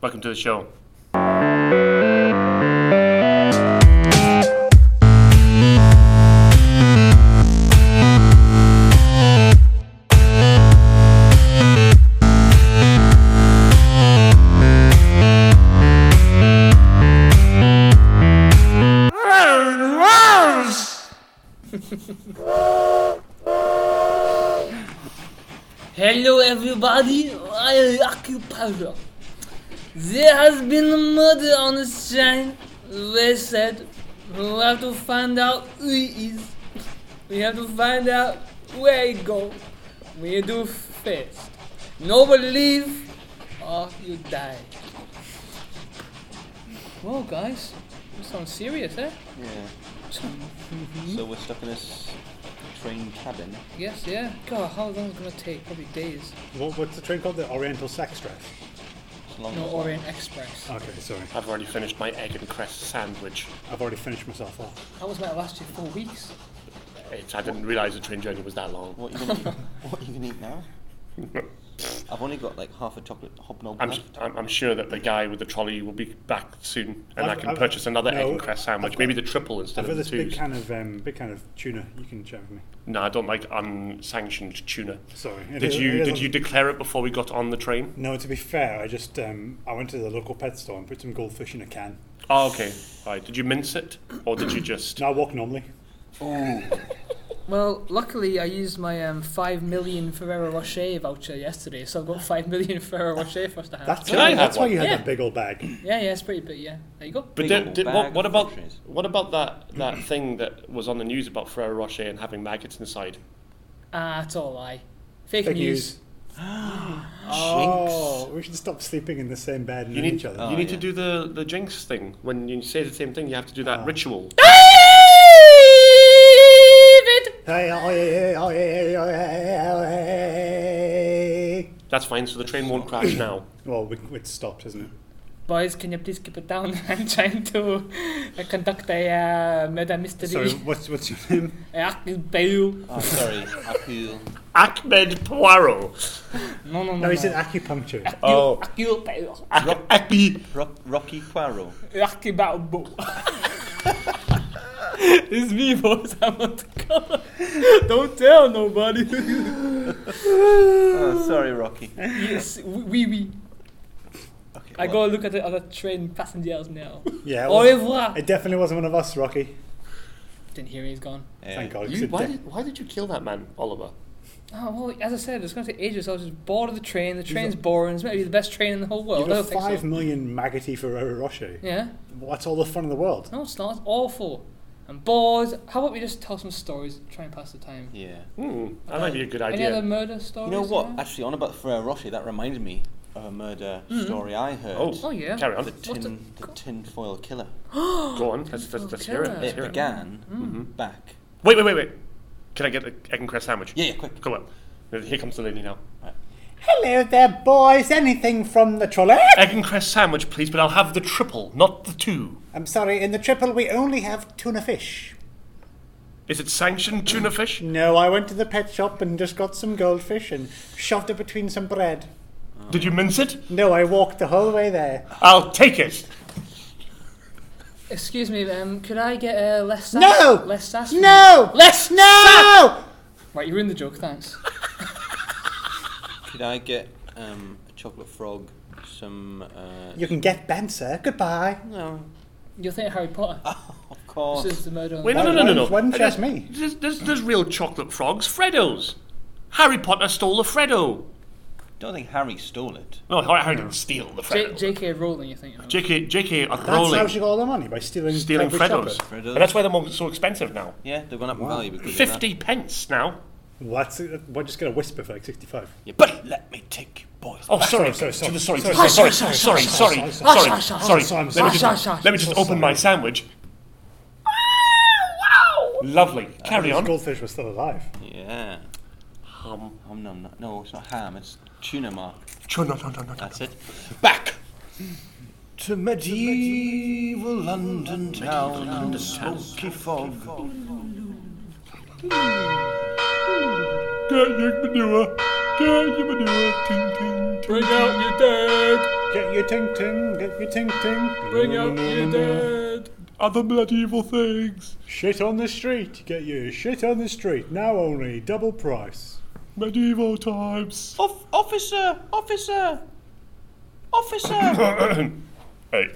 Welcome to the show. Hello everybody, I am Acupuncture. There has been a murder on the train. They said we have to find out who it is. We have to find out where it go. We do first. Nobody leave or you die. Whoa guys, this sounds serious, eh? Yeah. so we're stuck in this train cabin. Yes, yeah. God, how long is it gonna take? Probably days. What, what's the train called? The Oriental Sex Dress. It's a long No, one. Orient Express. Okay, sorry. I've already finished my egg and cress sandwich. I've already finished myself off. How was that last you? Four weeks? It's, I didn't realise the train journey was that long. What are you gonna eat? What are you gonna eat now? I've only got like half a chocolate hobnob I'm, left. I'm, I'm sure that the guy with the trolley will be back soon, and i I've- can I've- purchase another egg no, and cress sandwich, I've got- maybe the triple instead I've got of the this big twos. can of um, big can of tuna. You can share with me. No, I don't like unsanctioned tuna. Sorry. It Did is- you it is did on- you declare it before we got on the train? No, to be fair, I just um, I went to the local pet store and put some goldfish in a can. Oh, okay. Right. Did you mince it, or did you just? Now I walk normally. Well, luckily I used my um, five million Ferrero Rocher voucher yesterday, so I've got five million Ferrero Rocher for us to have. That's Can I why, have that's why one? you had Yeah. that big old bag. yeah, yeah, it's pretty big. Yeah, there you go. But Big did, old did, bag what, of what about groceries. what about that, that thing that was on the news about Ferrero Rocher and having maggots inside? Ah, it's all lie. Fake, Big news. news. Oh, we should stop sleeping in the same bed and You in need, each other. you need to yeah. do the, the jinx thing. When you say the same thing, you have to do that ritual. David! Hey, oh, yeah, yeah, oh, yeah, yeah, oh, yeah, oh, yeah, yeah. That's fine, so the train won't crash now. Well, we, it's stopped, isn't it? Boys, can you please keep it down? I'm trying to uh, conduct a uh, murder mystery. Sorry, what's what's your name? I can bail. Oh, sorry. I feel. Ahmed Poirot. No, no, no. No, he said acupuncture. Oh. You bail. Aki. Ro- Rocky Poirot. Rocky Battle Book. it's me, boys. I'm on the cover. Don't tell nobody. Oh, sorry, Rocky. yes, we, we. Okay, I go well, look at the other train passengers now. Yeah. it Au was- revoir. It definitely wasn't one of us, Rocky. Didn't hear me, he's gone. yeah. Thank God. You, why, did, why did you kill that man, Oliver? Oh, well, as I said, it's going to take ages. I was just bored of the train. The train's boring. It's meant to be the best train in the whole world. You've I got don't think five so. million maggoty Ferrero Rocher. Yeah? What's all the fun in the world? No, it's not. It's awful. I'm bored. How about we just tell some stories, try and pass the time? Yeah. Hmm, that might be a good Any other idea. murder stories? You know what? yeah? Actually, on about Ferrero Rocher, that reminds me of a murder Hmm. story I heard. Oh, Oh, yeah. Carry The on. What the- tin, the tinfoil killer. Go on. Let's, let's, let's hear it. Let's It hear it. began back. Wait, wait, wait, wait. Can I get the egg and cress sandwich? Yeah, yeah, quick. Go on. Here comes the lady now. Hello there, boys. Anything from the trolley? Egg and cress sandwich, please, but I'll have the triple, not the two. I'm sorry, in the triple we only have tuna fish. Is it sanctioned tuna fish? No, I went to the pet shop and just got some goldfish and shoved it between some bread. Did you mince it? No, I walked the whole way there. I'll take it. Excuse me, um, could I get a less sass? No! Less sass? No! Less No! Right, you ruined the joke, thanks. Could I get um, a chocolate frog, some. Uh, You can get bent, sir. Goodbye. no, You're thinking Harry Potter. of course. This is the murder on Wait, the no, no, no, no, no. Why didn't you Uh, ask me? There's, there's, there's real chocolate frogs. Freddos. Harry Potter stole the Freddo. Don't think Harry stole it. No, Harry, Harry didn't steal the J- Freddo. J.K. Rowling, you're thinking. of. J.K. J.K. are That's how rolling, she got all the money by stealing stealing every Freddos. chocolate. Freddos. And that's why they're more, so expensive now. Yeah, they've gone up in value because of that. Fifty pence now. What's it? We're just gonna whisper for like sixty-five. Yeah, but let me take you boys. Oh, sorry, sorry, To the sorry, sorry, sorry, sorry, sorry, sorry, sorry, sorry, sorry, sorry, sorry. sorry, sorry, sorry, Let me sorry, just, sorry, let me just sorry. open my sandwich. Ah, Lovely. Carry This on. goldfish was still alive. Yeah. Um, Om nom nom. No, it's not ham. It's tuna mark. no, no, no, no, no. That's it. Back to medieval London town and smoky fog. Get your manure. Get your manure. Ting, ting, ting. Bring out your dead! Get your ting ting, get your ting ting. Mm-hmm. Bring out your dead. Other bloody evil things. Shit on the street, get your shit on the street. Now only double price. Medieval times. Oh. Off- officer! Officer! Officer! hey,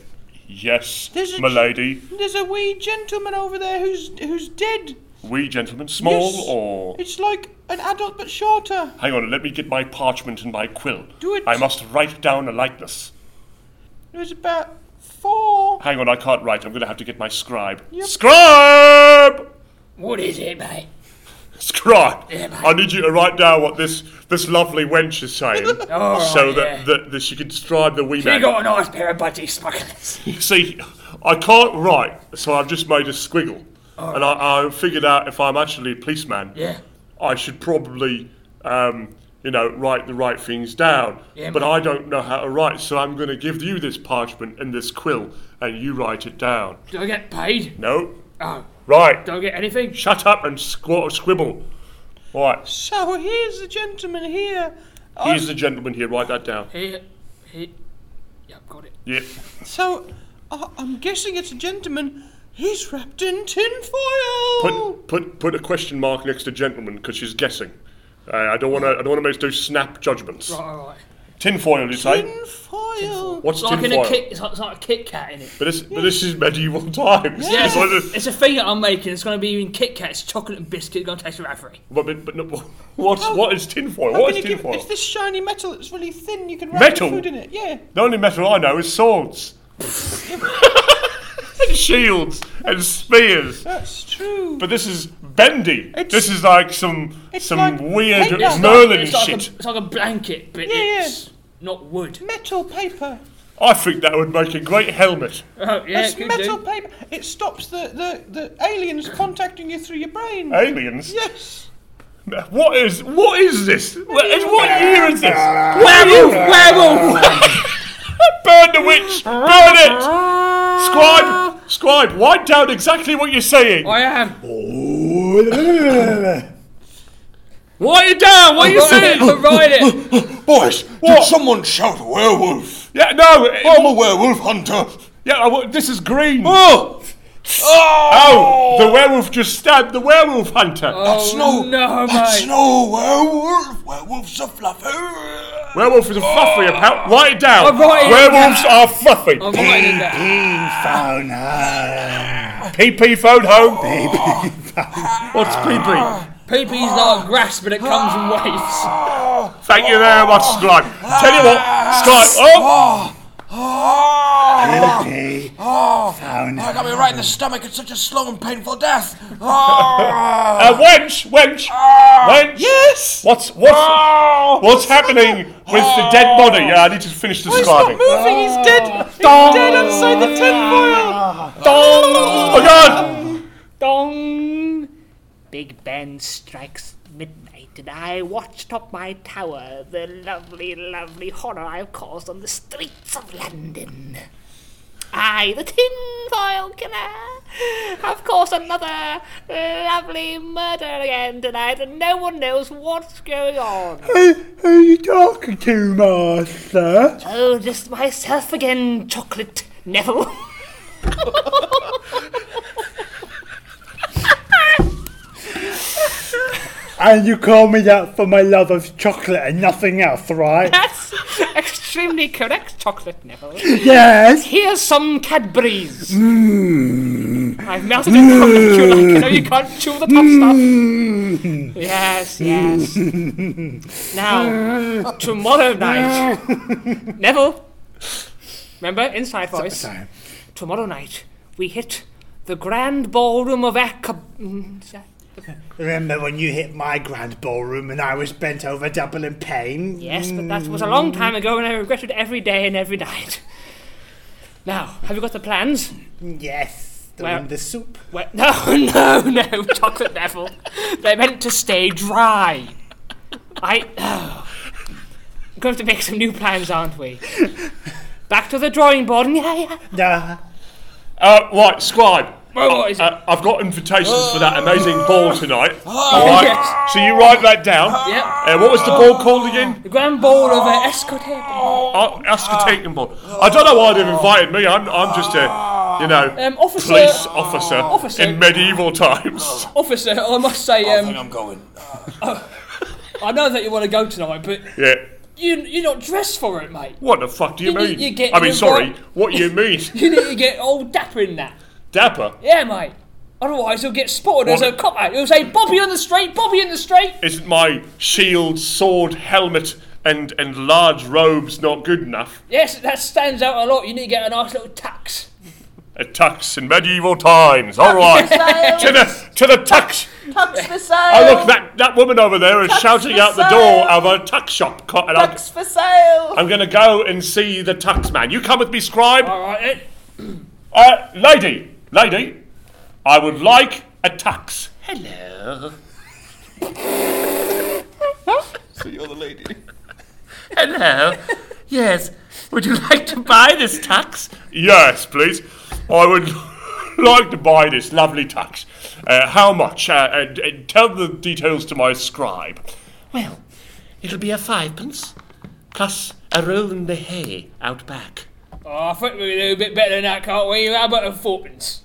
yes, There's a- milady. There's a wee gentleman over there who's who's dead. We gentlemen, small Yes. or. It's like an adult but shorter. Hang on, let me get my parchment and my quill. Do it. I must write down a likeness. It was about four. Hang on, I can't write. I'm going to have to get my scribe. Scribe! What is it, mate? Scribe! Yeah, I need you to write down what this this lovely wench is saying, All right, so yeah. that, that that she can scribe the wee You man. got a nice pair of budgie smugglers. See, I can't write, so I've just made a squiggle, and I, I figured out if I'm actually a policeman, yeah. I should probably, um, you know, write the right things down. Yeah, but mate. I don't know how to write, so I'm going to give you this parchment and this quill, and you write it down. Do I get paid? No, Oh, right. do I get anything? Shut up and squ- squibble. Right, So here's the gentleman here. here's the gentleman here. Write that down. Here, here. Yep, got it. Yep. So I I'm guessing it's a gentleman. He's wrapped in tinfoil. Put put put a question mark next to gentleman because she's guessing. Uh, I don't want to. I don't want to make do snap judgments. Right, all right. Tinfoil, you say? tinfoil. What's It's like in tinfoil? a kick. It's like, it's like a Kit Kat in it. But this but this is medieval times. Yeah, It's it's, like a, the- it's a thing that I'm making. It's going to be in Kit Kats, chocolate and biscuit. It's going to taste raspberry. but but, but no, what's How- what is tinfoil? How What can is you give- tinfoil? it's this shiny metal that's really thin. You can wrap Metal? your food in it. Yeah. The only metal I know is swords. and shields and spears. That's true. But this is bendy. It's- this is like some it's some like weird paper. It's like- Merlin it's like shit. A, it's like a blanket, but Yeah, yeah. it's not wood. metal paper. I think that would make a great helmet. Oh, yeah, it's it could metal do. paper. It stops the, the, the aliens contacting you through your brain. Aliens. Yes. What is what is this? What, is, what year is this? Werewolf, werewolf. Burn the witch! Burn it! Scribe! Scribe, write down exactly what you're saying! I am. Boys, Write it down! What are you Write it, saying? write it. What? did someone shout werewolf? Yeah, no! it- I'm a werewolf hunter. yeah, I wa- this is green! Oh, Oh! The werewolf just stabbed the werewolf hunter! that's Oh, no, no, that's mate. no werewolf. Werewolf's a fluffer. Werewolf is a fluffy, apparent. Write it down! I'm writing it Werewolves are fluffy! I'm writing it down. PP phone home! What's PP? PP's like grass, but it comes in waves. Thank you very much, Scribe. Tell you what, Scribe. Oh! Oh, Fauna. I Ah. got me right in the stomach. It's such a slow and painful death. Oh. Uh, wench! Wench! Wench! yes. What's what's what's happening with the dead body? Yeah, I need to finish He's not describing. moving. He's dead. He's dead outside the tinfoil. Oh god! Dong! Big Ben strikes midnight, and I watch top my tower the lovely, lovely horror I've caused on the streets of London. I, the tinfoil killer, have caused another lovely murder again tonight, and no one knows what's going on. Who are you talking to, master? Oh, just myself again, chocolate Neville. And you call me that for my love of chocolate and nothing else, right? That's extremely correct, chocolate Neville. yes. Here's some Cadbury's. I've melted it down and you like it. Now you can't chew the top stuff. Yes, yes. now, tomorrow night, Neville, remember, inside voice. sorry. Tomorrow night, we hit the grand ballroom of Acab. mm, Remember when you hit my grand ballroom and I was bent over double in pain? Yes, but that was a long time ago and I regretted every day and every night. Now, have you got the plans? Yes. The Well- one, the soup. Well, no, no, no, chocolate Neville. They're meant to stay dry. I. Oh. We're going to have to make some new plans, aren't we? Back to the drawing board. and- Yeah, yeah. Nah. Uh, right, scribe. Oh, is it- Uh, I've got invitations for that amazing ball tonight. Oh. All right. So you write that down. Yep. Uh, what was the ball called again? The grand ball of uh, Escoteca. um, Uh, Ascotacan ball. I don't know why they've invited me. I'm, I'm just a, you know, Um, officer, uh, police officer, Officer. Oh. in medieval times. officer, I must say, I think um, I'm going. uh, I know that you want to go tonight, but Yeah. you, you're not dressed for it, mate. What the fuck do you You- mean? you get I mean, the sorry. right- What do you mean? You need to get all dapper in that. Dapper. Yeah, mate. Otherwise, you'll get spotted as a What? copper. You'll say, Bobby on the street, Bobby in the street. Isn't my shield, sword, helmet, and and large robes not good enough? Yes, that stands out a lot. You need to get a nice little tux. A tux in medieval times. All right. to the to the tux. Tux for sale. Oh look, that, that woman over there is shouting for out the sale. door of a tuck shop. Co- And I'm, Tux for sale. I'm going to go and see the tux man. You come with me, scribe. Oh. All right, then. Uh, lady, lady, I would like a tux. So you're the lady. Hello. yes. Would you like to buy this tux? Yes, please. I would like to buy this lovely tux. Uh, how much? Uh, and, and tell the details to my scribe. Well, it'll be a fivepence plus a roll in the hay out back. Oh, I think we can do a bit better than that, can't we? How about a fourpence?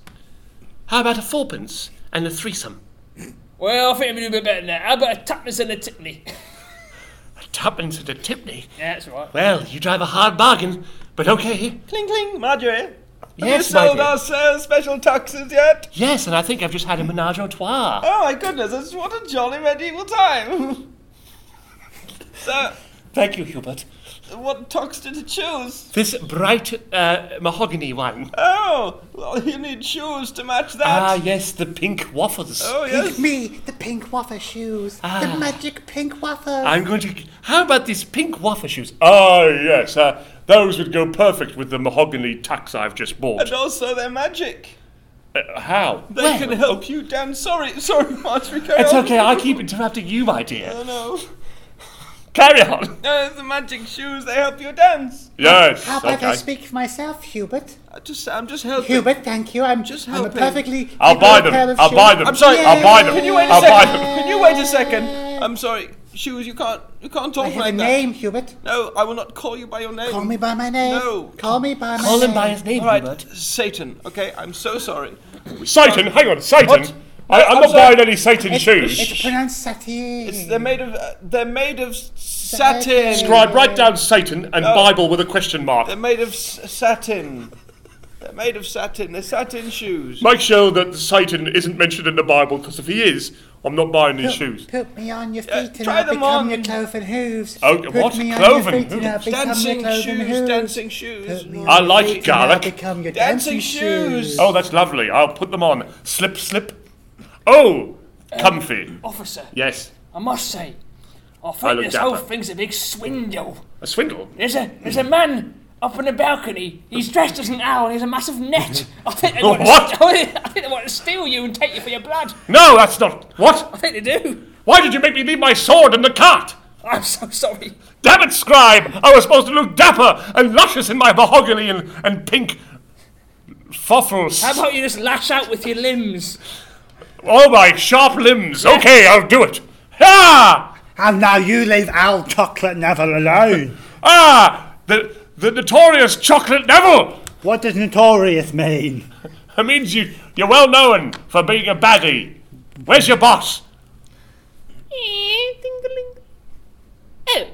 How about a fourpence and a threesome? Well, I think we can do a bit better than that. How about a tuppence and a tipney? A tuppence and a tipney? yeah, that's right. Well, you drive a hard bargain, but okay. Cling, cling, Marjorie. Yes, my Sold dear. us uh, special tuxes yet? Yes, and I think I've just had a menage a trois. Oh my goodness, it's what a jolly medieval time. so, Thank you, Hubert. what tux did you choose? This bright uh, mahogany one. Oh, well, you need shoes to match Ah, that. yes, the pink waffles. oh, yes. Me, the pink waffle shoes. Ah. The magic pink waffle. I'm going to. How about these pink waffle shoes? Oh, yes. Uh, those would go perfect with the mahogany tux I've just bought. And also they're magic. Uh, how? They Well- can help you down. Sorry, sorry, Marjorie. Carry It's on. okay, I keep interrupting you, my dear. Oh, no. Carry on. No, the magic shoes, they help you dance. Yes. How about I okay. speak for myself, Hubert? I just, I'm just helping. Hubert, thank you. I'm Just I'm a helping. perfectly. I'll good buy them. pair of I'll buy shoes. them. I'm sorry. I'll buy them. Can you wait a I'll buy second? them. Can you wait a second? I'm sorry. Shoes, you can't, you can't I talk have like a that. name, Hubert. No, I will not call you by your name. Call me by my name. No. Call me by my Call name. him by his name, All right, Hubert. Satan. Okay, I'm so sorry. Satan, hang on, Satan. What? I, I'm, I'm not sorry. buying any Satan shoes. It's pronounced Satie. It's, they're made of, uh, they're made of s- satin. Scribe, write down Satan and Bible with a question They're mark. made of s- satin. They're made of satin. They're satin shoes. Make sure that Satan isn't mentioned in the Bible, because if he is, I'm not buying Oh. these shoes. Put me on your feet and try I'll them become on. your cloven hooves. Oh, Put what? me Cloven on your feet and I'll hooves? become Dancing your cloven shoes, hooves. dancing Put me shoes. on I your like feet and I'll garlic. become your Dancing dancing, shoes. shoes. Oh, that's lovely. I'll put them on. Slip, slip. Oh, comfy. Officer, Yes. I must say, I think I look this whole dapper. thing's a big swindle. A swindle. There's a there's a man up on the balcony. He's dressed as an owl. and He has a massive net. I think they want What? To, I think they want to steal you and take you for your blood. No, that's not. I What? think they do. Why did you make me leave my sword in the cart? I'm so sorry. Damn it, scribe! I was supposed to look dapper and luscious in my mahogany and, and pink foffles. How about you just lash out with your limbs? Oh, my sharp limbs. Okay, I'll do it. Ah! And now you leave Al Chocolate Neville alone. Ah! The, the notorious Chocolate Neville! what does notorious mean? That means you, you're well known for being a baddie. Where's your boss? Eh, Oh,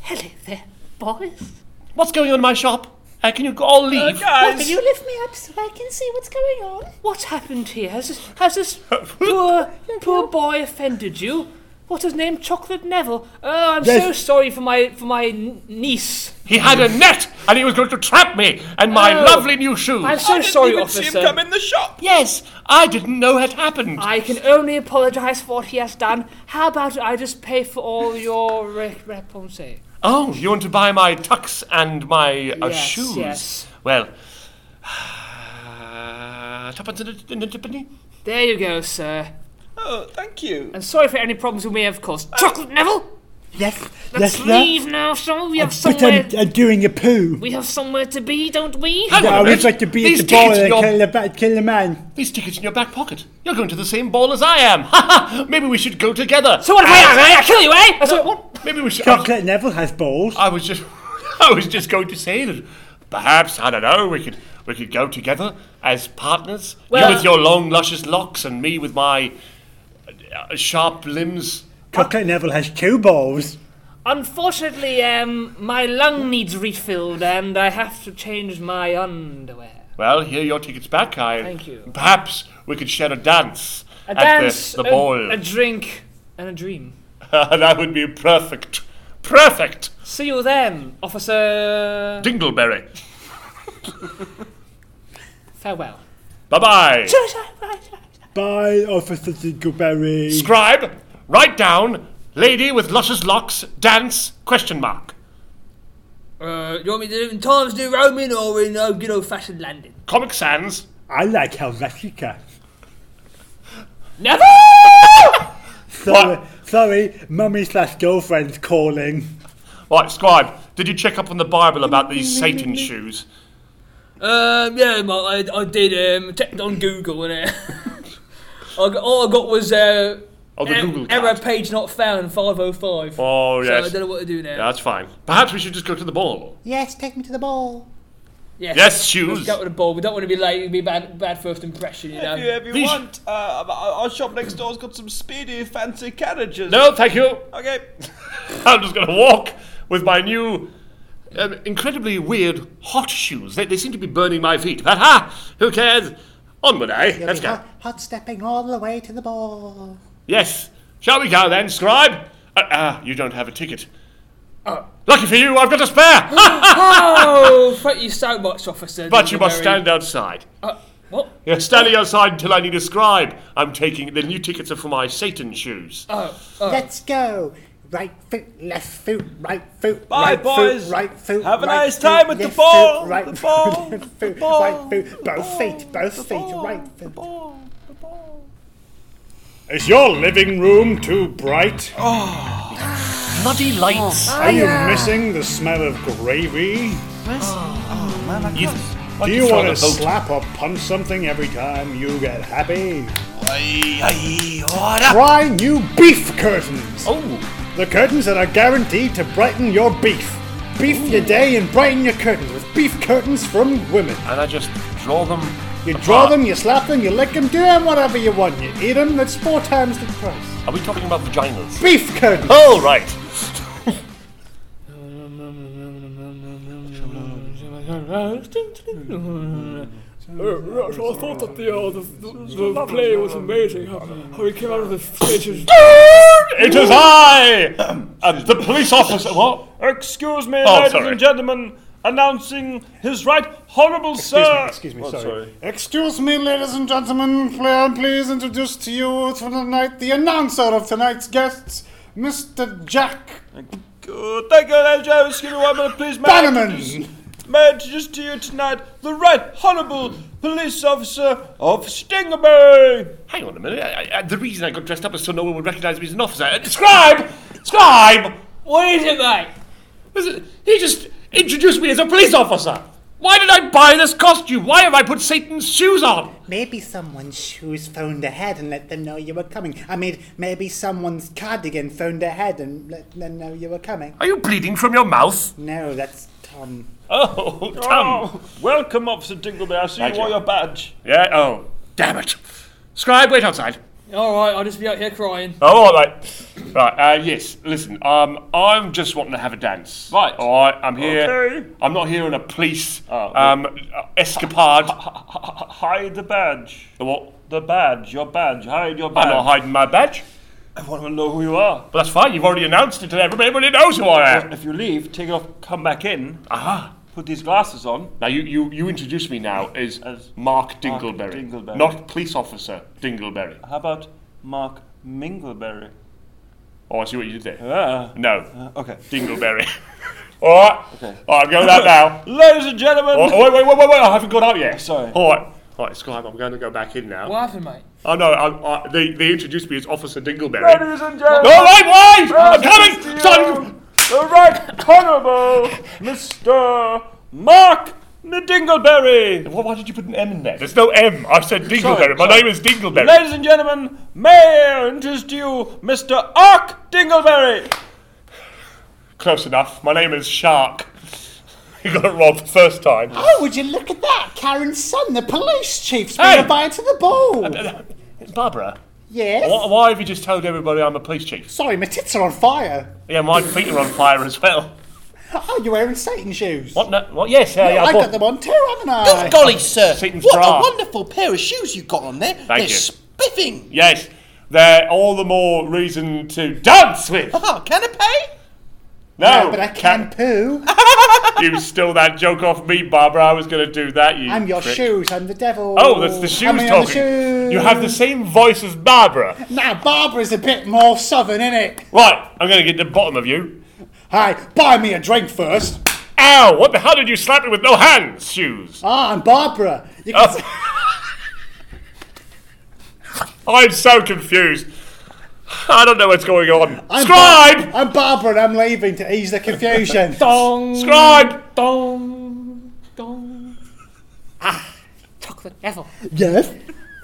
hello there, boys. What's going on in my shop? Uh, can you g- all leave? Can you lift me up so I can see what's going on? What's happened here? Has this, has this poor, poor boy offended you? What's his name? Chocolate Neville. Oh, I'm so Yes. sorry for my for my n- niece. He had a net and he was going to trap me and my Oh. lovely new shoes. I'm I so didn't sorry, even see him come officer. in the shop. Yes, I didn't know had happened. I can only apologize for what he has done. How about I just pay for all your re- repose? Oh, you want to buy my tux and my uh, Yes, shoes? yes. Well, uh, tuppence and a, and a tippeny? There you go, sir. Oh, thank you. Uh, And sorry for any problems we may have caused. Chocolate Neville! Yes, Let's yes, leave now, shall we? We have But somewhere. I'm, I'm doing a poo. We have somewhere to be, don't we? Hang on I a would minute. like to be These at the ball tickets in and your- kill the, ba- kill the man. These tickets in your back pocket. You're going to the same ball as I am. Ha ha! Maybe we should go together. So what if I am? eh? I kill you, eh? That's what. what? Maybe we should. Chocolate Neville has balls. I was just, I was just going to say that perhaps I don't know. We could we could go together as partners. Well- you with your long luscious locks and me with my uh, sharp limbs. Chocolate Neville has two balls. Unfortunately, um, my lung needs refilled, and I have to change my underwear. Well, here are your tickets back. I Thank you. Perhaps we could share a dance A at dance, the, the a- ball. a drink, and a dream. that would be perfect, perfect. See you then, officer. Dingleberry. Farewell. Bye bye. Bye, Officer Dingleberry. Scribe, write down lady with luscious locks dance question mark. Uh, you want me to do it in Times New Roman or in uh, good old fashioned London? Comic Sans. I like Helvetica. Never! Sorry, sorry, mummy slash girlfriend's calling. Right, Scribe, did you check up on the Bible about these Satan shoes? Um, yeah, my, I, I did. Um, checked on Google and it. I got, all I got was uh, Oh, the er- Google error card. page not found 505. Oh, yes. So I don't know what to do now. That's fine. Perhaps we should just go to the ball. Yes, take me to the ball. Yes, Yes, Let's shoes. get with the ball. We don't want to be late. It'd be bad, bad first impression, you know. If you, if you Please. want, uh, our our shop next door's got some speedy, fancy carriages. No, thank you. Okay. I'm just going to walk with my new, um, incredibly weird hot shoes. They, they seem to be burning my feet. But ha! Who cares? Onward, eh? You'll Let's be go. hot- hot stepping all the way to the ball. Yes. Shall we go then, Scribe? Uh, uh, you don't have a ticket. Lucky for you, I've got a spare. oh, thank you so much, officer. but you must Dingleberry. stand outside. Uh, what? Yeah, standing outside until I need a scribe. I'm taking the new tickets are for my Satan shoes. Oh, oh. Let's go. Right foot, left foot, right foot. Bye, right boys. Foot, right foot. Have a right nice foot, time at the left ball, Foot, right the foot, ball, left the foot, ball, right foot. the Both feet, both feet, right The foot. ball. The ball. Is your living room too bright? Oh. Bloody lights! Oh, Are you missing the smell of gravy? You- Do you you throw want to the boat. slap or punch something every time you get happy? Aye, aye, order. Try new beef curtains. oh, The curtains that are guaranteed to brighten your beef. Beef your day and brighten your curtains with beef curtains from women. and I just draw them. You draw them, you slap them, you lick them, do them whatever you want. You eat them, that's four times the price. Are we talking about vaginas? Beef curtains. Oh, right. I thought that the, uh, the, the, the play was amazing. How, how he came out of the stage. It is I, and the police officer. What? Excuse me, Oh, ladies sorry. and gentlemen, announcing his right honourable Excuse sir. me, excuse me, sorry. Excuse me, ladies and gentlemen. May I please introduce to you tonight the announcer of tonight's guests, Mr. Jack Good. Thank you, ladies and gentlemen. Excuse me one minute, please. May I introduce- Bannerman. May I introduce to you tonight the right honourable police officer of Stingerberry. Hang on a minute. I, I, the reason I got dressed up is so no one would recognise me as an officer. Uh, scribe, scribe. what is it, mate? Is it- He just introduced me as a police officer. Why did I buy this costume? Why have I put Satan's shoes on? Maybe someone's shoes phoned ahead and let them know you were coming. I mean, maybe someone's cardigan phoned ahead and let them know you were coming. Are you bleeding from your mouth? No, that's Tom. Oh, Tom. Welcome, Officer Dingleberry. I see Thank you wore you. your badge. Yeah, oh, damn it. Scribe, wait outside. All right, I'll just be out here crying. Oh, all right. Right, uh, yes, listen, um, I'm just wanting to have a dance. Right. All right, I'm here. Okay. Oh, I'm not here in a police well- um, uh, escapade. Hide the badge. what? The badge, your badge. Hide your badge. I'm not hiding my badge. I want to know who you are. But that's fine, you've already announced it to everybody. Everybody knows who I am. If you leave, take it off, come back in, Aha. put these glasses on. Now, you, you, you introduce me now as, As Mark Dingleberry. Dingleberry. Uh-huh. Not police officer Dingleberry. How about Mark Mingleberry? Oh, I see what you did there. Ah. No, Okay. Dingleberry. all right. All right, I'm going out now. Ladies and gentlemen, Oh, oh, wait, wait, wait, wait, wait, I haven't got out yet. Sorry. All right. All right, Scribe, I'm going to go back in now. What happened, mate? Oh no, I, I, they, they introduced me as Officer Dingleberry. Ladies and gentlemen, All right, wait! I'm presents coming! to Starting you, the right honourable Mr. Mark Dingleberry. Why, why did you put an M in there? There's no M. I said Dingleberry. My sorry. name is Dingleberry. Ladies and gentlemen, may I introduce to you Mr. Ark Dingleberry. Close enough. My name is Shark. You got it wrong the first time. Oh, would you look at that? Karen's son, the police chief's Hey! been invited to the ball. Barbara, Yes? why, why have you just told everybody I'm a police chief? Sorry, my tits are on fire. Yeah, my feet are on fire as well. Oh, you're wearing Satan shoes. What? No, what? Yes, yeah, yeah. I I got bought, them on too, haven't I? Golly, sir! Satan's what bra. a wonderful pair of shoes you got on there. They're you. spiffing. yes, they're all the more reason to dance with. Oh, canapé? No, Yeah, but I can poo. you stole that joke off me, Barbara. I was going to do that. You. I'm your prick. shoes. I'm the devil. Oh, that's the shoes I'm in talking. The shoes. You have the same voice as Barbara. Now Barbara's a bit more southern, innit? Right, I'm going to get to the bottom of you. Hi, buy me a drink first. Ow! What the hell did you slap me with no hands, shoes? Ah, I'm Barbara. You can Oh. I'm so confused. I don't know what's going on. I'm scribe! Bar- I'm Barbara and I'm leaving to ease the confusion. Dong, scribe! dong, dong. Ah, chocolate Neville. yes?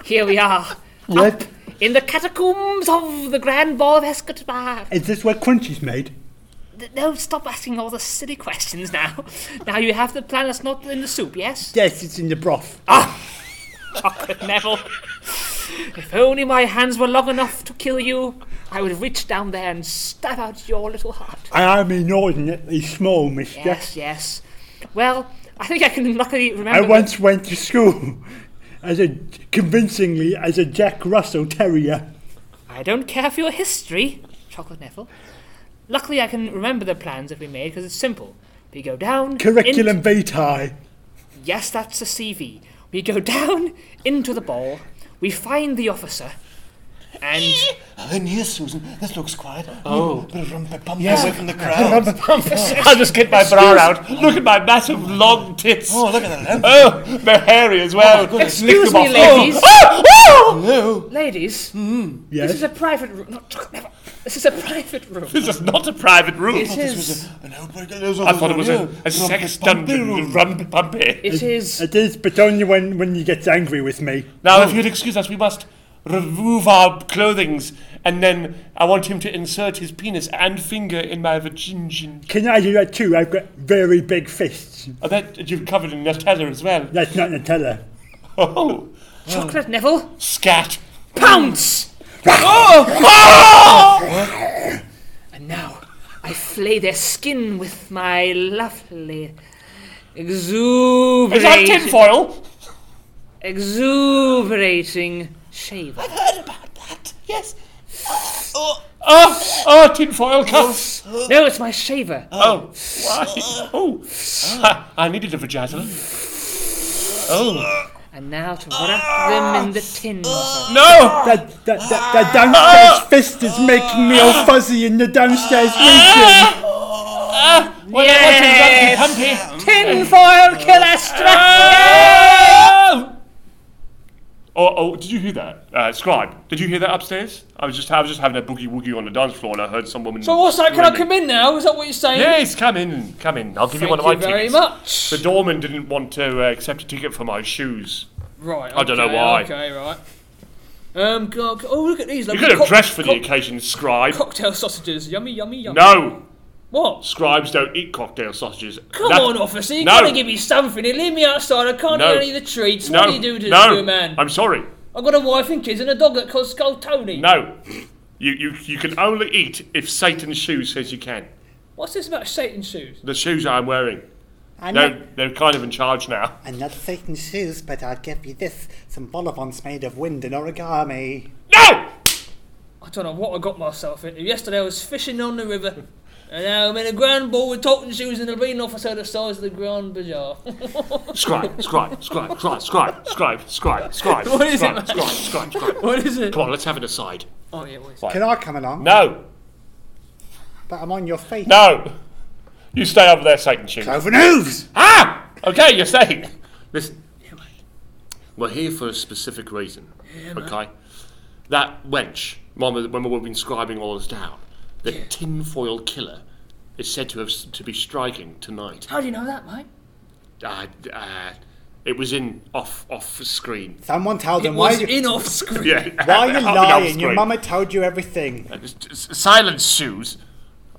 Here we are. Yes? In the catacombs of the Grand Ball of Escobar. Is this where Crunchy's made? No, stop asking all the silly questions now. Now you have the plan that's not in the soup, yes? Yes, it's in the broth. Chocolate Neville. If only my hands were long enough to kill you, I would reach down there and stab out your little heart. I am inordinately small, mister. Yes, yes. Well, I think I can luckily remember. I the- once went to school as a convincingly as a Jack Russell Terrier. I don't care for your history, Chocolate Neville. Luckily, I can remember the plans that we made because it's simple. We go down. Curriculum vitae. in- yes, that's a CV. We go down into the ball. We find the officer. And And here, Susan. This looks quiet. Oh. Yes. away from the Oh, crowd. uh, I'll just get my bra out. Look at my massive long tits. oh, look at that. Oh, they're hairy as well. excuse me, ladies. Oh, Ladies, this is Yes. a private room. Not Chocolate Neville. This is a private room. This is not a private room. It is. I thought it was a, a sex dungeon. Rump pumpy. It is. It is, but only when, when you get angry with me. Now, if you'd excuse us, we must remove our clothings, and then I want him to insert his penis and finger in my vagina. Can I do that too? I've got very big fists. Oh, that you've covered in Nutella as well. That's not Nutella. Oh, Chocolate Neville, scat. pounce! Oh! Oh! And now I flay their skin with my lovely Is that exuberating, tinfoil? exuberating shave. Oh, oh, tinfoil cuffs. No, it's my shaver. Ah. Oh, why? Oh, I- I needed a vajazzle. Oh. And now to wrap them in the tin. whistle. No! That, that, that, that downstairs fist is making me all fuzzy in the downstairs region. Ah! Well, it wasn't rumpy pumpy. Tinfoil killer Ah. strap! Oh, oh, did you hear that? Uh, Scribe, did you hear that upstairs? I was just I was just having a boogie woogie on the dance floor and I heard some woman. So what's that? Can I screaming. come in now? Is that what you're saying? Yes, come in, come in. I'll give Thank you one of my you very tickets. much. The doorman didn't want to uh, accept a ticket for my shoes. Right. I don't know okay, why. Okay, right. Um. go- go- Oh, look at these. You lovely could have cock- dressed for the cock- occasion, Scribe. cocktail sausages. Yummy, yummy, yummy. No, What? scribes don't eat cocktail sausages. Come That- on, officer. You No. gotta give me something. You leave me outside. I can't No. eat any of the treats. No, What do you do to no, this new man? I'm sorry. I've got a wife and kids and a dog that calls Skull Tony. No. You, you, you can only eat if Satan's shoe says you can. What's this about Satan's shoes? The shoes I'm wearing. I'm not, They're, they're kind of in charge now. I'm not Satan's shoes, but I'll give you this. Some bolivons made of wind and origami. No! I don't know what I got myself into. Yesterday I was fishing on the river. And now I'm in a grand ball with Tolton shoes and a reading officer the size of the Grand Bazaar. Scribe, scribe, scribe, scribe, scribe, scribe, scribe, scribe. What is it, scribe, mate? scribe, scribe, scribe. what is it? Come on, let's have an aside. Oh, yeah, what is it? Can I come along? No, But I'm on your face. no. You stay over there, Satan shoe. Over hooves! Ah! Okay, you're staying. Listen. We're here for a specific reason. okay? that wench, when we- when we were inscribing all this down, the tinfoil killer, is said to have s- to be striking tonight. How do you know that, Mike? Uh, uh, it was in off off screen. Someone told It them why was you, in off screen. Yeah. why are you Up and down lying? Your screen. mama told you everything. Uh, s- s- Silence sues.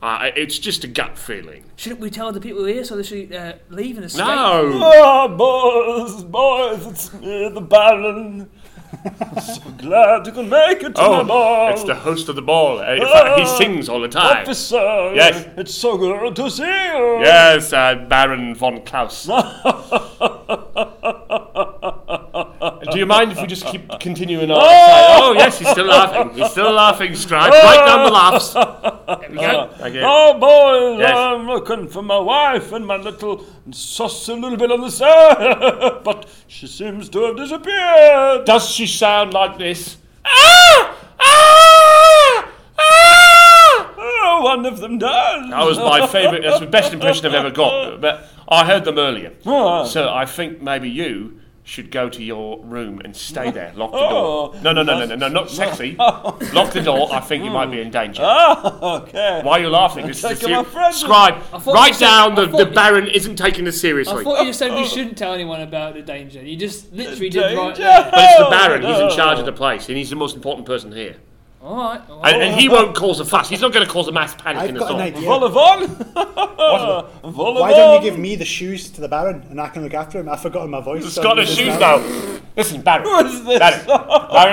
Uh, it's just a gut feeling. Shouldn't we tell the people here so they should uh, leave and escape? No. Ah, boys, boys, it's me, the Baron. so glad you could make it to the Oh, ball. it's the host of the ball. Uh, in fact, he Oh. sings all the time. Officer, Yes. it's so good to see you. Yes, uh, Baron von Klaus. Do you mind if we just keep continuing on? Oh, yes, he's still laughing. He's still laughing, Scribe. Right down the laughs. There we go. Thank you. Oh, boys, Yes. I'm looking for my wife and my little sus a little bit on the side, but she seems to have disappeared. Does she sound like this? Oh, one of them does. That was my favourite. That's the best impression I've ever got. But I heard them earlier, Ah. so I think maybe you should go to your room and stay there. Lock the Oh. door. No, no, no, no, no, no. Not sexy. Lock the door. I think you might be in danger. Ah, okay. Why are you laughing? This is Taking a my friend. serious. Scribe, thought you write said- down I that the thought you- Baron isn't taking this I seriously. thought But you just said we shouldn't tell anyone about the danger. You just literally did right Danger. there. it's the Baron. He's in charge of the place, and he's the most important person here. All right. all right. And, and he won't cause a fuss. He's not going to cause a mass panic in Oh, I've the got an song. idea. Volivon? Volivon? Why don't you give me the shoes to the Baron and I can look after him? I've forgotten my voice. He's so got I'm his just shoes now- now. Listen, Baron. Who is this? Baron. Baron.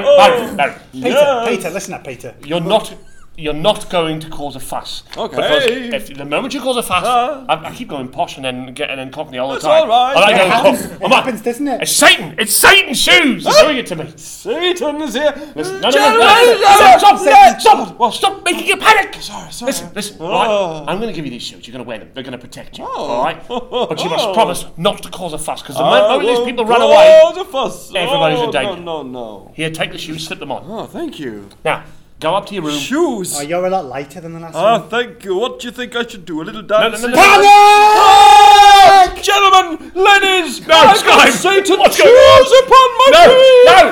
Oh. Baron. Baron. Peter, Yes. Peter, listen up, Peter. You're not. You're not going to cause a fuss. Okay. Because if, the moment you cause a fuss, Huh? I, I keep going posh and then get and then cockney all the That's time. all right. And I It go, happens- "Oh, it I'm up." happens, doesn't it? It's Satan. It's Satan's shoes. He's doing it to me. Satan is here. Listen, no, no, no, no, no, Gentlemen, no, no, stop, no, stop, no. stop, stop, stop making a panic. Sorry, sorry. Listen, listen, Oh. right? I'm going to give you these shoes. You're going to wear them. They're going to protect you, Oh. all right? But you must Oh. promise not to cause a fuss, because the I moment these won't people run cause away, a fuss. everybody's in Oh, danger. No, no, no. here, take the shoes, slip them on. Oh, thank you. Now, go up to your room. Shoes. Oh, you're a lot lighter than the last Ah, one. thank you. What do you think I should do? A little No, dance? no, Oh, no, no, no. Ah, Gentlemen, ladies, No, I've Sky, got Satan's what's shoes going on? upon my No,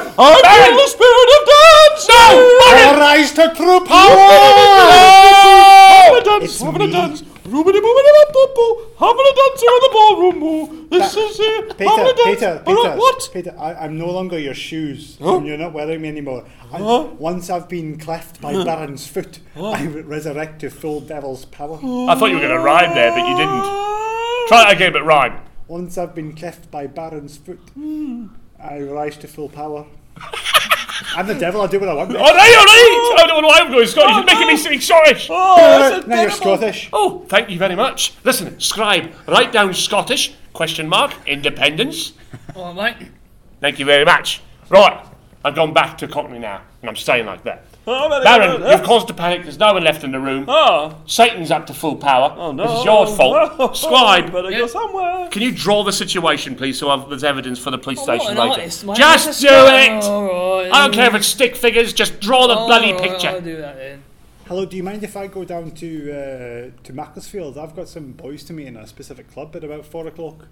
feet. no, I Baron. feel the spirit of dance. No, Baron. Rise to true Having a dance, It's having a me. dance, roobity boobity bop bop boo, having a dance here in the ballroom boo. This is it, Peter, having a dance. Peter, Peter, All right, what? Peter, I, I'm no longer your shoes, and you're not wearing me anymore. I, Huh? Once I've been cleft by Baron's foot, I resurrect to full devil's power. I thought you were going to rhyme there, but you didn't. Try it again, but rhyme. Once I've been cleft by Baron's foot, Hmm. I rise to full power. I'm the devil, I do what I want. Oh, no, you're right! I don't know why I'm going Scottish. You're making me sing Scottish. Oh, now you're Scottish. Oh, thank you very much. Listen, scribe, write down Scottish, question mark, independence. All right, Mike. Thank you very much. Right, I've gone back to Cockney now, and I'm staying like that. Oh, very Baron, good, you've eh? caused a panic. There's no one left in the room. Oh, Satan's up to full power. oh no. This is your fault. No. Scribe, Better go somewhere. can you draw the situation, please, so I've, there's evidence for the police I'm station not Oh, an later? artist, Mike. I'm Just just do a it! scribe. All right. I don't care if it's stick figures, just draw the All bloody right, picture. Oh, I'll do that then. Hello, do you mind if I go down to uh, to Macclesfield? I've got some boys to meet in a specific club at about four o'clock.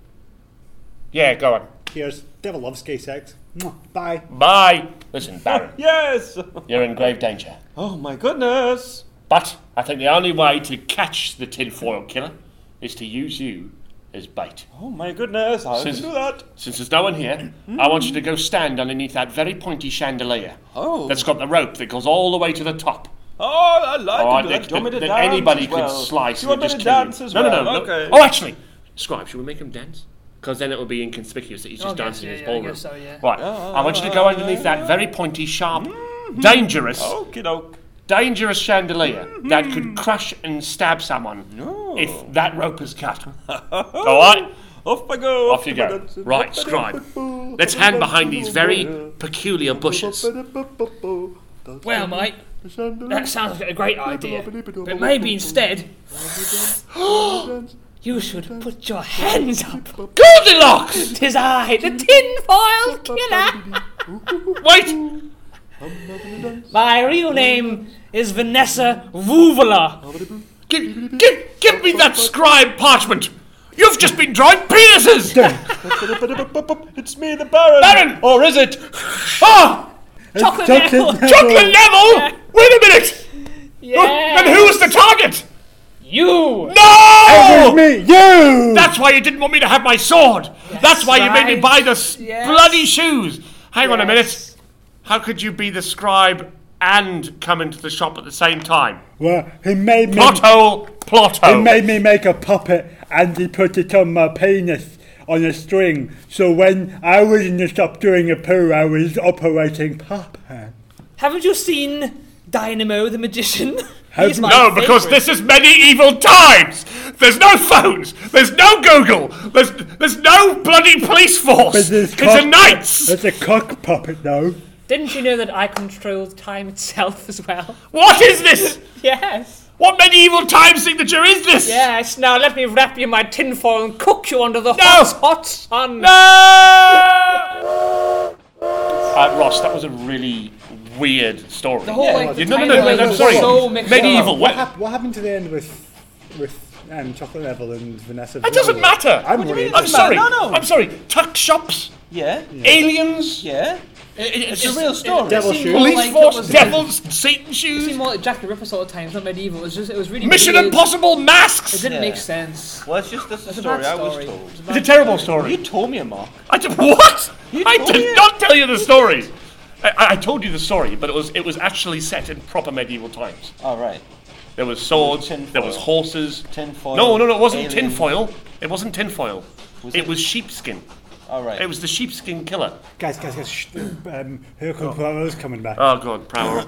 Yeah, go on. Here's Devil Loves Gay Sex. Mwah. Bye. Bye. Listen, Baron, Yes. you're in grave danger. Oh my goodness. But I think the only way to catch the tinfoil killer is to use you as bait. Oh my goodness. I can Since- do that. Since there's no one here, I want you to go stand underneath that very pointy chandelier Oh. that's got the rope that goes all the way to the top. Oh, I like All it. right, Like, that, do you want that- me to that dance anybody as well? could slice Do you and want me just to kill dance you. as no, well? no, no, no. Okay. Oh, actually, Scribe, should we make him dance? Because then it will be inconspicuous that he's just Okay, dancing in Oh, yeah, his yeah, I ballroom. guess so, yeah. Right, I want you to go underneath that very pointy, sharp, Mm-hmm. dangerous, Okie doke. dangerous chandelier that Mm-hmm. could crush and stab someone if that rope is cut. All right? Off I go. Off you I go. dance. Right, scribe. Let's hang behind these very peculiar bushes. Well, Mike, that sounds like a great idea. But maybe instead, you should put your hands up. Goldilocks! Tis I, the tinfoil killer. Wait! My real name is Vanessa Vuvala. Give, give, give me that scribe parchment! You've just been drawing penises! It's me, the Baron. Baron! Or is it? Ah! Chocolate Neville. Chocolate Neville! Wait a minute! Yeah. And who was the target? You! No! Me, you! That's why you didn't want me to have my sword. That's why you made me right. buy the s- Yes. bloody shoes. Hang on a minute. Yes. How could you be the scribe and come into the shop at the same time? Well, he made me. Plot hole, plot He hole. made me make a puppet and he put it on my penis on a string. So when I was in the shop doing a poo, I was operating puppet. Haven't you seen Dynamo the Magician? Have He's you- my no, because favorite. this is medieval times. There's no phones. There's no Google. There's there's no bloody police force. there's It's cock- a knight's. That's a cock puppet, though. Didn't you know that I control time itself as well? What is this? Yes. What medieval time signature is this? Yes, now let me wrap you in my tinfoil and cook you under the hot, hot sun. Uh, Ross, that was a really weird story. The whole like Yeah, the no, no, time no, no, delay no, was sorry. so mixed Medieval. What? up. What, hap- what happened to the end with with um, Chocolate Neville and Vanessa? It doesn't matter. I'm worried. I'm sorry. No, no. I'm sorry. Tuck shops, Yeah, aliens, yeah. It- it- It's a real story. Devil seemed shoes. more police like it force, was- devils, Satan It seemed shoes, more like Jack the Ripper sort of times, not medieval. It was just it was really Mission weird. Impossible It masks. didn't make Yeah. sense. Well, it's just that's the It's a story, bad I was story. told. It's a terrible You story. told me a mark. I did, what? I told did me. not tell you the story. I, I- I told you the story, but it was it was actually set in proper medieval times. All right. There was swords. Tinfoil. There was horses. Tinfoil, No, no, no. It wasn't alien. tinfoil. It wasn't tinfoil. it, was sheepskin. All right. It was the sheepskin killer. Guys, guys, guys. Shh. Um, here comes Poirot's coming back. Oh god, Prowl,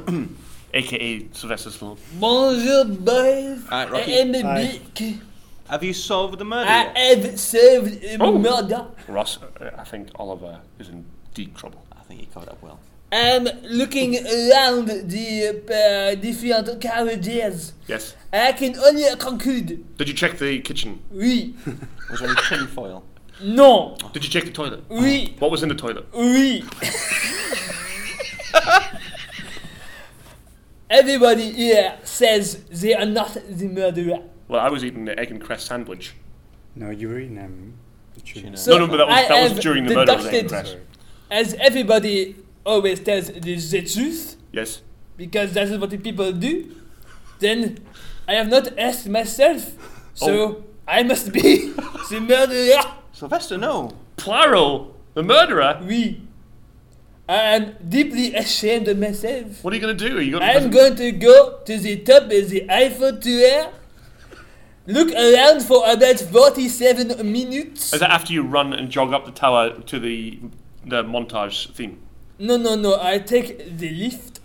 aka Sylvester Stallone. Bonjour, boys. Alright, I Rocky. am a Aye. bit. Have you solved the murder? Uh, I yet? have served a Oh. murder. Ross, uh, I think Oliver is in deep trouble. I think you covered up well. I'm looking around the uh, different carriages. Yes. I can only conclude. Did you check the kitchen? Oui. Was there any tinfoil? Non. Did you check the toilet? Oui. What was in the toilet? Oui. Everybody here says they are not the murderer. Well, I was eating an egg and cress sandwich. No, you were eating um, the tuna. Tuna. So no, no, but that was, I that have was during the murder of the egg and deducted, cress. As everybody always tells the, the truth, Yes. because that is what the people do, then I have not asked myself. So I must be the murderer. Sylvester, no. Poirot, the murderer. Oui. I am deeply ashamed of myself. What are you going to do? Are you gonna I'm going to go to the top of the Eiffel Tower. Look around for about 47 minutes. Is that after you run and jog up the tower to the the montage theme? No, no, no. I take the lift.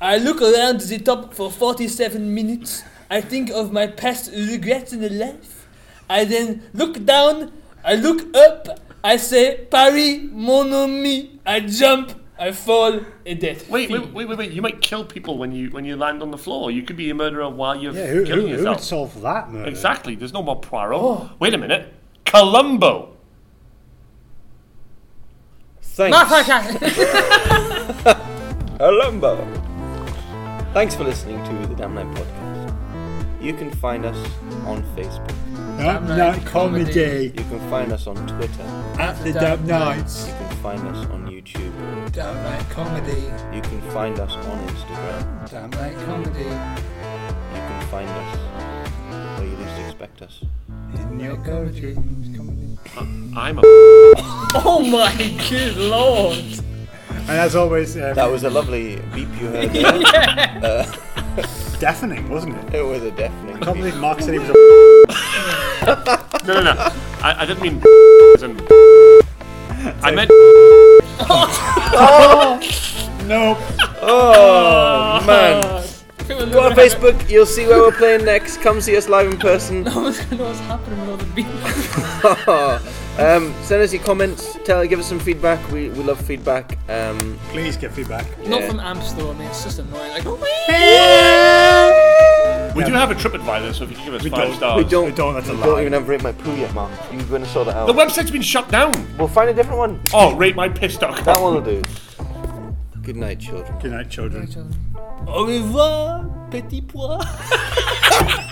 I look around the top for 47 minutes. I think of my past regrets in life. I then look down. I look up. I say, Paris, mon ami. I jump. I fall. A death. Wait, wait, wait, wait, wait! You might kill people when you when you land on the floor. You could be a murderer while you're Yeah, who, killing who, who yourself. would solve that Oh. murder? Exactly. There's no more Poirot. Wait a minute. Columbo. Alumbo. Thanks for listening to the Damn Night Podcast. You can find us on Facebook. Damn night comedy You can find us on Twitter. at the damn nights. You can find us on YouTube. Downright comedy. You can find us on Instagram. Downright comedy. You can find us where you least expect us. I'm a. Oh my good lord. And as always, um, That was a lovely beep you heard there. deafening, wasn't it? it was a deafening I can't beep. believe Mark said he was a. No, no, no. I, I didn't mean. as in- I meant. No. Oh, man. Go on Facebook, you'll see where we're playing next. Come see us live in person. What's happening on the beat? um, send us your comments. Tell, give us some feedback. We, we love feedback. Um, Please get feedback. Not Yeah. from Amp Store, I mean, it's just annoying. Like, oh my We do have a TripAdvisor, so if you can give us five don't. stars. we don't. We don't. That's a Don't lie. even have rate my poo yet, Mark. You're gonna sort that The out. website's been shut down. We'll find a different one. Oh, ratemypiss.com. That one will do. Good night, children. Good night, children. Au revoir, petit pois.